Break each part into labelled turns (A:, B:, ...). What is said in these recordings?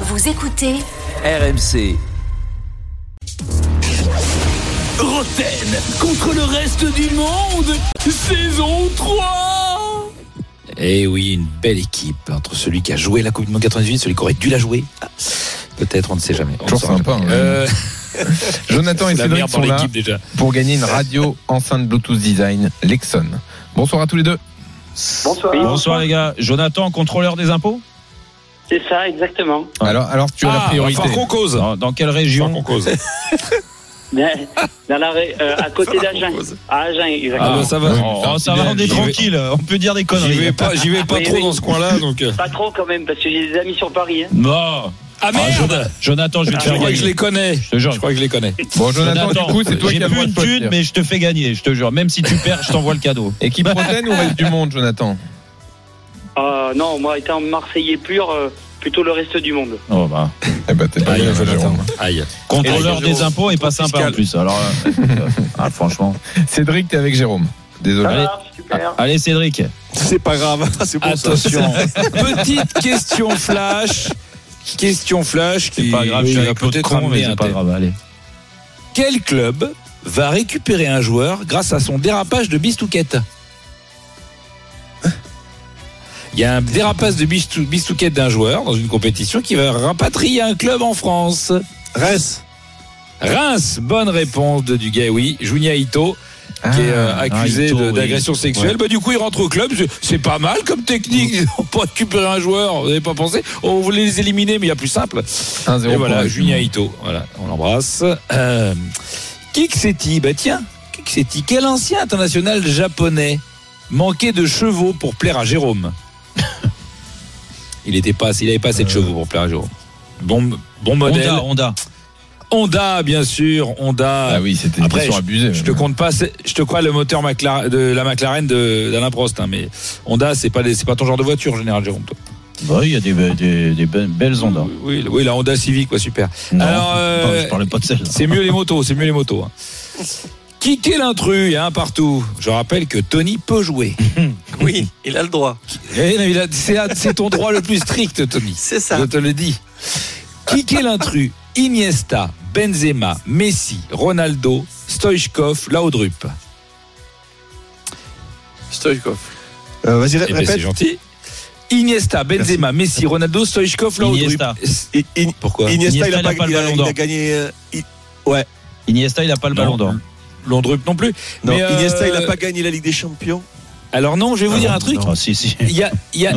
A: Vous écoutez
B: RMC. Roten contre le reste du monde, saison 3
C: Eh oui, une belle équipe entre celui qui a joué la Coupe du Monde 98, celui qui aurait dû la jouer. Ah, Peut-être, on ne sait jamais. On ne
D: Toujours
C: saura
D: sympa,
C: jamais.
D: hein.
C: Euh,
D: Jonathan et
C: la
D: Cédric
C: merde dans
D: sont là
C: l'équipe déjà.
D: pour gagner une radio enceinte Bluetooth Design Lexon. Bonsoir à tous les deux.
E: Bonsoir.
C: Bonsoir les gars. Jonathan, contrôleur des impôts
E: C'est ça, exactement.
C: Ouais.
D: Alors, alors tu as la
C: Ah,
D: priorité.
C: enfin, qu'on cause. Dans, dans quelle région
E: Mais Dans la ré- euh, à côté d'Agen. À Agen,
C: Ah,
E: exactement.
C: bah, ça va,
D: Oui,
C: Oh,
D: enfin,
C: ça va, on
D: j'y
C: est
D: vais-
C: tranquille. On peut dire des
F: J'y
C: conneries.
F: vais pas, j'y vais pas
E: Oui,
F: trop
E: oui.
F: dans ce coin-là, donc. euh.
E: Pas trop quand même, parce que j'ai des amis sur Paris. hein.
C: Non. Ah merde Jonathan, je vais te
F: Ah, Je
C: faire
F: crois que je
C: gagner.
F: les connais.
C: Je te jure.
F: Je crois que je les connais.
D: Bon, Jonathan, du coup, c'est toi
C: j'ai
D: qui as le droit
C: plus
D: de
C: une thune,
D: choisir.
C: mais je te fais gagner, je te jure. Même si tu perds, je t'envoie le cadeau.
D: Équipe prochaine ou reste du monde, Jonathan
E: Euh, non, moi, étant Marseillais pur, euh, plutôt le reste du monde.
C: Oh, bah.
D: Eh ben, t'es pas
F: Aïe,
D: bien,
F: Jonathan.
D: Jérôme.
F: Aïe.
C: Contrôleur
F: Et
C: des impôts et pas
F: fiscal.
C: sympa en plus. Alors, euh, ah, franchement.
D: Cédric, t'es avec Jérôme.
E: Ça
D: Désolé.
E: va, super.
C: Allez Cédric.
F: C'est pas grave. C'est pour ça.
C: Attention.
F: Petite question flash. Question flash qui
C: C'est pas grave,
F: oui,
C: je suis
F: va
C: avec l'autre
F: peut-être
C: con,
F: ramener
C: mais
F: un
C: c'est pas
F: thème.
C: grave. Allez.
F: Quel club va récupérer un joueur grâce à son dérapage de bistouquette Il y a un dérapage de bistou- bistouquette d'un joueur dans une compétition qui va rapatrier un club en France. Reims. Reims, bonne réponse de Dugaoui. Junya Ito, qui est euh,
D: Ah,
F: accusé
C: Ito,
F: de-
C: oui.
F: d'agression sexuelle. Bah, du coup, il rentre au club. C'est- C'est pas mal comme technique.
C: Mm.
F: Ils ont pas récupéré un joueur. Vous n'avez pas pensé On voulait les éliminer, mais il y a plus simple.
D: 1-0
F: Et
D: pour
F: voilà,
D: la
F: Julien
D: Jument.
F: Ito. Voilà, on l'embrasse. Euh, Kiksetti, bah tiens, Kiksetti, quel ancien international japonais manquait de chevaux pour plaire à Jérôme Il n'était pas, il avait pas assez de chevaux pour plaire à Jérôme. Bon, bon modèle.
C: Euh. Honda, Honda.
F: Honda, bien sûr, Honda.
D: Ah oui, c'était une
F: Après,
D: question abusée.
F: Je te compte pas, c'est- je te crois le moteur Macla- de la McLaren de- d'Alain Prost, hein, mais Honda, c'est pas, des- c'est pas ton genre de voiture en général, Jérôme. toi.
C: Bah, il y a des, des, des be- belles Honda.
F: Oui, oui, la Honda Civic, quoi, super.
C: Non,
F: Alors, euh,
C: non, je parlais pas de celle.
F: C'est mieux les motos, c'est mieux les motos. Hein. Kicker l'intrus, il y a un partout. Je rappelle que Tony peut jouer.
G: Oui, il a le droit.
F: Eh, non, il a- C'est c'est ton droit le plus strict, Tony.
G: C'est ça.
F: Je te le dis. Kicker l'intrus, Iniesta, Benzema, Messi, Ronaldo, Stoichkov, Laudrup.
G: Stoïkov. Euh,
F: Eh ben, c'est gentil. Iniesta, Benzema, Messi, Ronaldo, Stoichkov, Laudrup.
C: Iniesta.
F: Pourquoi
C: Iniesta, il a pas le ballon d'or.
G: gagné. euh, il-
C: Iniesta, il a pas le ballon d'or.
F: Laudrup non plus.
G: non,
F: Mais, euh,
G: Iniesta, il n'a pas gagné la Ligue des Champions.
F: Alors non, je vais vous dire un truc.
C: Ah, si, si.
F: Il y a, il y a,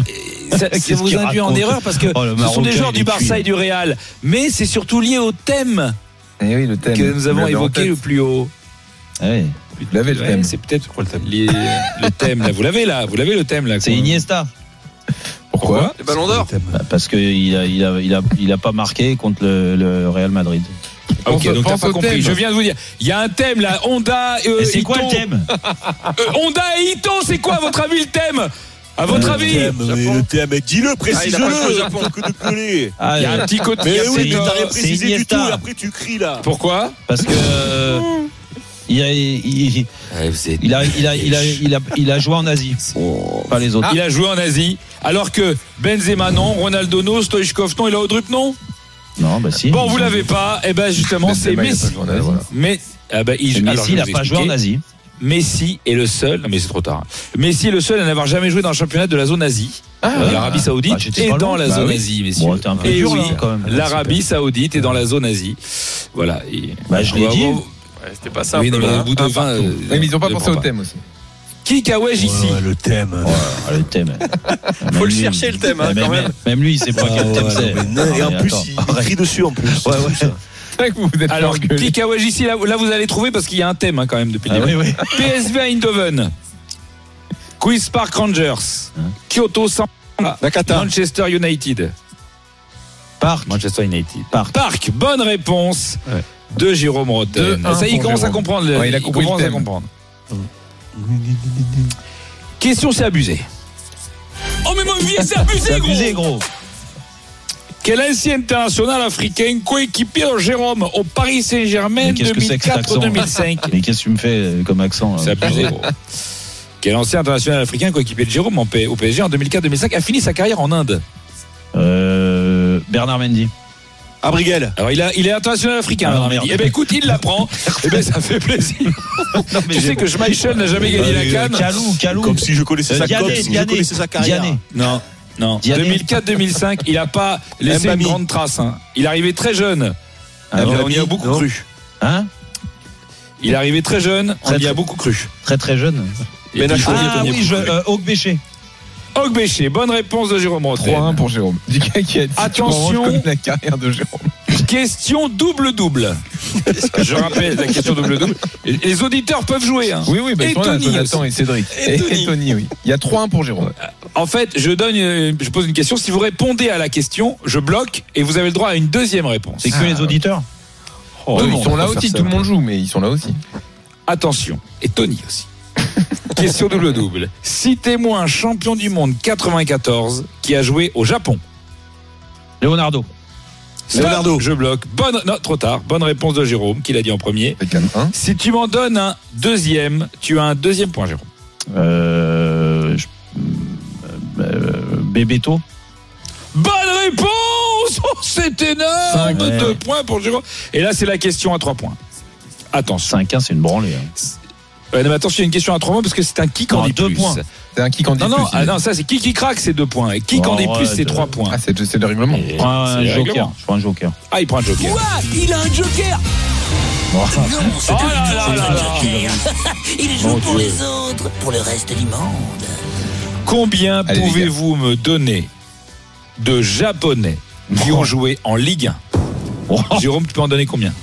F: ça, ça
C: Qu'est-ce
F: vous
C: qu'il
F: induit en
C: raconte
F: erreur parce que
C: Oh, le
F: ce sont
C: Marocain,
F: des joueurs
C: il est
F: du Barça
C: cuit.
F: et du Real. Mais c'est surtout lié au thème
D: Eh oui, le thème.
F: que nous
D: Vous
F: avons
D: l'avez en
F: évoqué
D: tête.
F: le plus haut.
C: Ouais.
D: Vous l'avez, le
F: Ouais,
D: thème.
F: c'est peut-être quoi le thème lié- euh, Le thème, là. Vous l'avez là, vous l'avez le thème là.
C: C'est
F: quoi.
C: Iniesta.
D: Pourquoi
G: Le Ballon d'Or.
C: Bah, Parce qu'il a, il a, il a, il a pas marqué contre le, le Real Madrid.
F: Ah, Ok,
D: Pense-
F: donc t'as
D: pense
F: pas
D: au
F: compris.
D: thème.
F: Je viens de vous dire, il y a un thème là. Honda. euh,
C: Et c'est quoi
F: Ito.
C: le thème
F: Euh, Honda et Ito, c'est quoi à votre avis le thème À votre
C: Euh,
F: avis Ah,
G: thème, mais le thème, mais dis-le, précise-le. coup de coller.
C: Ah,
F: Il y a un petit côté.
G: Mais
C: C'est-
G: oui, mais t'as rien
C: c'est
G: précisé du tout.
C: Iniesta.
G: et Après, tu cries là.
F: Pourquoi
C: Parce que. euh, Il a, il, il a, il a, il a, il a, il a joué en Asie. Pas les autres.
F: Il a joué en Asie, alors que Benzema non, Ronaldo non, Stoichkov non et Laudrup non.
C: Non, bah si.
F: Bon, vous l'avez pas. Et ben justement, c'est
D: Benzema, il a pas
F: Messi.
D: joué en Asie.
F: Mais ah ben, il, alors, je
C: Messi, il
F: vais
C: a
F: vous
C: pas joué en
F: expliquer.
C: Asie.
F: Messi est le seul. Non, mais c'est trop tard. Messi est le seul à n'avoir jamais joué dans le championnat de la zone Asie, euh, l'Arabie Saoudite
C: Bah, j'étais
F: et
C: pas
F: dans
C: loin.
F: la
C: Bah
F: zone
C: oui.
F: Asie, messieurs.
C: Bon, t'es un peu
F: Et
C: dur
F: oui,
C: là, quand même.
F: L'Arabie Saoudite est dans la zone Asie. Voilà. Et-
C: Bah, je l'ai
F: Bravo.
C: dit.
G: C'était pas
F: Oui, non, mais au bout de 20, euh,
D: Ah, Mais ils n'ont pas
F: je
D: pensé
F: prends
D: au
F: pas.
D: thème aussi.
F: Qui Kawaj ici
G: le thème.
C: Ah, le thème. Même
G: le
C: lui,
G: chercher, le thème, hein,
C: même,
G: quand même.
C: même lui, il sait pas
G: Ah,
C: quel thème
G: ouais,
C: c'est.
G: non, mais non, Et
C: Ah, mais
G: en plus,
C: attends.
G: il il crie dessus en plus.
C: Ouais, ouais.
D: C'est vrai que vous vous êtes
F: Alors,
D: fait engueuler.
F: qui Kawaj ici là, là, vous allez trouver parce qu'il y a un thème hein, quand même depuis le
C: Ah,
F: début.
C: oui, oui.
F: PSV à Eindhoven. Quiz Park Rangers. Kyoto San Manchester United.
C: Parc.
F: Manchester United.
C: Parc.
F: Parc, bonne réponse
C: Ouais.
F: de Jérôme Rotten.
D: Deux, un
F: Ça y est, il
D: pour
F: commence à
D: Jérôme.
F: comprendre. le-
D: Ouais, il a compris le
F: commence à
D: thème.
F: comprendre. Question, c'est abusé. Oh mais mon vieux, c'est
C: C'est
F: abusé,
C: abusé, gros.
F: Quel ancien international africain coéquipier de Jérôme au Paris Saint-Germain
C: Mais qu'est-ce que c'est que cet accent
F: 2004-2005
C: Mais qu'est-ce que tu me fais euh, comme accent là
F: C'est abusé, gros. Ah, Quel ancien international africain coéquipé de Jérôme en P- au PSG en 2004-2005 a fini sa carrière en Inde
C: Euh, Bernard Mendy.
G: Abriguel.
F: Alors il, a, il est international africain.
C: Ah,
F: Bernard
C: merde.
F: Mendy. Eh ben écoute, il l'apprend. eh ben ça fait plaisir. tu sais que Schmeichel n'a jamais gagné
C: Euh,
G: Euh,
F: la canne.
C: Calou, Calou.
G: Comme si je connaissais
C: Euh,
G: sa
C: Diané,
G: comme si je
C: Diané,
G: connaissais sa carrière.
C: Diané.
F: Non, non.
C: Diané.
F: 2004-2005, il n'a pas laissé
G: Mbami.
F: une grande trace. hein. Il est arrivé très jeune.
C: Ah,
F: on
C: Mbami,
F: y a beaucoup
C: non.
F: cru.
C: Hein
F: Il est arrivé très jeune. On
C: Très,
F: y a
C: très-
F: beaucoup cru.
C: Très très jeune.
F: Ben Achour, on y
C: Ah
F: a
C: oui,
F: beaucoup
C: je,
F: cru.
C: euh, Augue Béché.
F: Ogbeché, bonne réponse de Jérôme hein. Rotten.
D: 3-1 pour Jérôme. Du gars qui a dit
F: Attention.
D: Je connais la carrière de Jérôme.
F: Question double-double. Je rappelle la question double-double. Et Les auditeurs peuvent jouer. hein.
D: Oui, oui, bah,
F: Et
D: ils sont là,
F: Tony
D: Jonathan et Cédric.
F: Et Tony. Ah,
D: oui. Il y a 3-1 pour Jérôme.
F: En fait, je, donne, euh, je pose une question. Si vous répondez à la question, je bloque et vous avez le droit à une deuxième réponse.
G: Ah,
C: C'est que les auditeurs.
F: Oh, tout
D: Eux,
F: le
D: ils
F: monde
D: sont là
F: peut faire
D: aussi,
F: ça.
D: tout le monde joue, mais ils sont là aussi.
F: Attention, et Tony aussi. Question double-double. Citez-moi un champion du monde 94 qui a joué au Japon.
C: Leonardo.
F: Stop, Je bloque. Bonne, non, trop tard. Bonne réponse de Jérôme, qui l'a dit en premier.
D: C'est quand même un.
F: Si tu m'en donnes un deuxième, tu as un deuxième point, Jérôme.
C: Euh, je- euh, Bebeto.
F: Bonne réponse Oh, C'est énorme
C: Cinq.
F: Deux points pour Jérôme. Et là, c'est la question à trois points. Attention.
C: 5-1, c'est une branlée. hein.
F: Ouais, Euh, non, mais attention, il y a une question à trois points parce que c'est un qui
C: Non,
F: en dit
C: deux
F: plus.
C: points.
D: C'est un qui en dit
F: Non, non,
D: plus, il
F: ah,
D: est-
F: non, ça c'est qui qui craque, c'est deux points. Et qui en dit
C: Oh,
F: plus,
C: ouais,
F: c'est
C: de-
F: trois points.
D: Ah, c'est c'est le règlement.
C: Je prends un
F: C'est les
C: joker.
F: règlements.
C: Je prends un joker.
F: Ah, il prend un joker.
B: Quoi Il a un joker
A: Non, c'est
F: Oh
A: un
F: là là
A: joker.
F: là là.
A: Il joue pour les autres, pour le reste du monde.
F: Combien
D: Allez, les gars.
F: pouvez-vous me donner de Japonais qui ont joué en Ligue 1
C: Oh,
F: Jérôme, tu peux en donner combien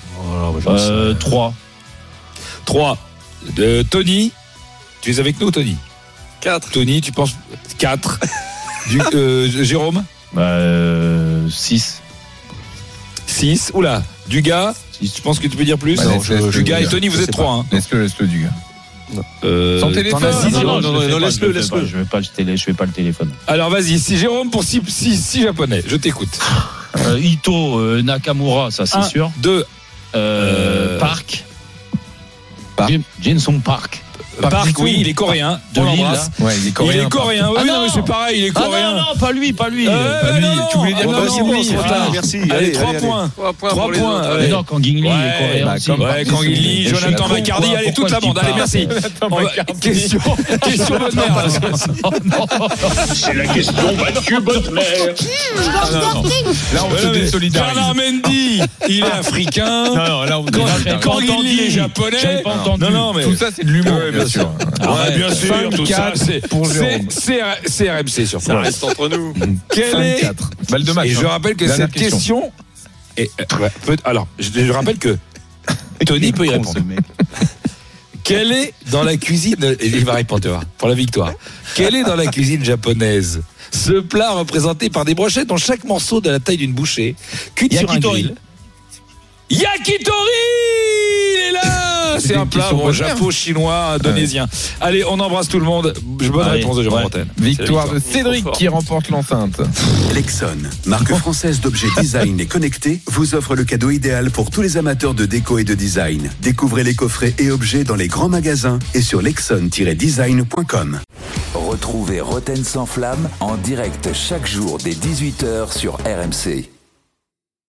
C: euh, 3.
F: 3 de Euh, Tony. Tu es avec nous, Tony 4. Tony, tu penses 4. Jérôme
C: Bah, euh, 6.
F: 6. Oula, Dugas, je pense que tu peux dire plus
D: Bah, non, je- je-
F: Dugas et
D: je-
F: Tony, vous
D: je
F: êtes hein.
D: sais
F: 3.
D: Laisse-le, laisse-le, du gars.
C: euh,
D: Sans téléphone.
F: six,
C: non,
F: Jérôme.
C: non,
G: non,
C: je le fais
G: non,
C: pas,
G: laisse-le,
C: je le fais
G: laisse-le.
C: pas, Je vais pas le télé, je fais pas le téléphone.
F: Alors vas-y, si Jérôme pour 6 Japonais, je t'écoute.
C: Euh, Ito, euh, Nakamura, ça c'est
F: Un,
C: sûr.
F: 2.
C: Euh,
F: Euh,
C: Park.
D: Park.
C: Jin- Jinson Park.
F: Park,
D: Park
F: oui,
D: Ji-woo.
F: il est coréen.
C: De
F: On
C: Lille,
F: l'embrasse.
C: là.
D: Ouais, il est
F: Il
D: coréen.
F: est coréen.
C: Ah
F: Oui, non,
C: non.
F: mais c'est pareil, il est
C: Ah non,
F: coréen.
C: non, pas lui, pas lui.
F: Euh,
C: Euh, pas
F: bah
C: lui.
F: non.
D: tu voulais dire
F: Ah,
D: non,
F: bah,
D: non,
F: si, bon,
D: oui,
F: trop
D: ah,
F: tard.
G: merci.
F: Allez,
G: Allez,
F: 3
G: allez,
F: points.
H: 3 points.
F: 3
H: pour les
F: points.
H: autres.
C: Mais
F: allez.
C: non, Kangingli
F: Ouais,
C: est coréen
D: bah,
C: aussi.
D: comme-
F: Ouais, quand il lit, Jonathan Macardi, allez, toute la bande. Allez, merci. On va- Question, question bonne mère.
B: C'est la question battue, Baudelaire
D: Là, on se
F: Ouais,
D: désolidarise.
F: Euh, Bernard Mendy, il est africain.
D: Non, non, là, on
F: Quand,
D: désolidarise.
F: quand il
C: entendu.
F: lit les japonais.
C: J'avais pas entendu.
F: Non, non, mais. Ah
D: Tout ça, c'est de l'humour,
F: Ouais,
D: bien
F: bien
D: sûr.
F: Ouais, bien sûr, tout ça,
D: 5-4
F: c'est.
D: pour Jérôme.
F: c'est- c'est RMC sur
H: Ça
F: France.
H: reste entre nous.
F: Quel est-
D: 5-4. Balle de match.
F: Et je
D: hein.
F: rappelle que
D: Dernière
F: cette question. est- euh, ouais, peut- alors, je, je rappelle que Tony peut y répondre. Quelle est dans la cuisine et il va répondre tu vas voir, pour la victoire. Quelle est dans la cuisine japonaise ce plat représenté par des brochettes dont chaque morceau de la taille d'une bouchée cuit sur un
C: Yakitori.
F: grill. Yakitori Il est là C'est
D: des
F: un plat
D: questions
F: bon,
D: bonnes mères.
F: japon chinois indonésien. Allez, on embrasse tout le monde. Bonne
C: Allez,
F: réponse de Jérôme
C: ouais.
F: Rotten.
D: Victoire de Cédric qui remporte l'enceinte.
I: Lexon, marque française d'objets design et connectés, vous offre le cadeau idéal pour tous les amateurs de déco et de design. Découvrez les coffrets et objets dans les grands magasins et sur lexon-design.com.
B: Retrouvez Roten sans flamme en direct chaque jour dès 18h sur RMC.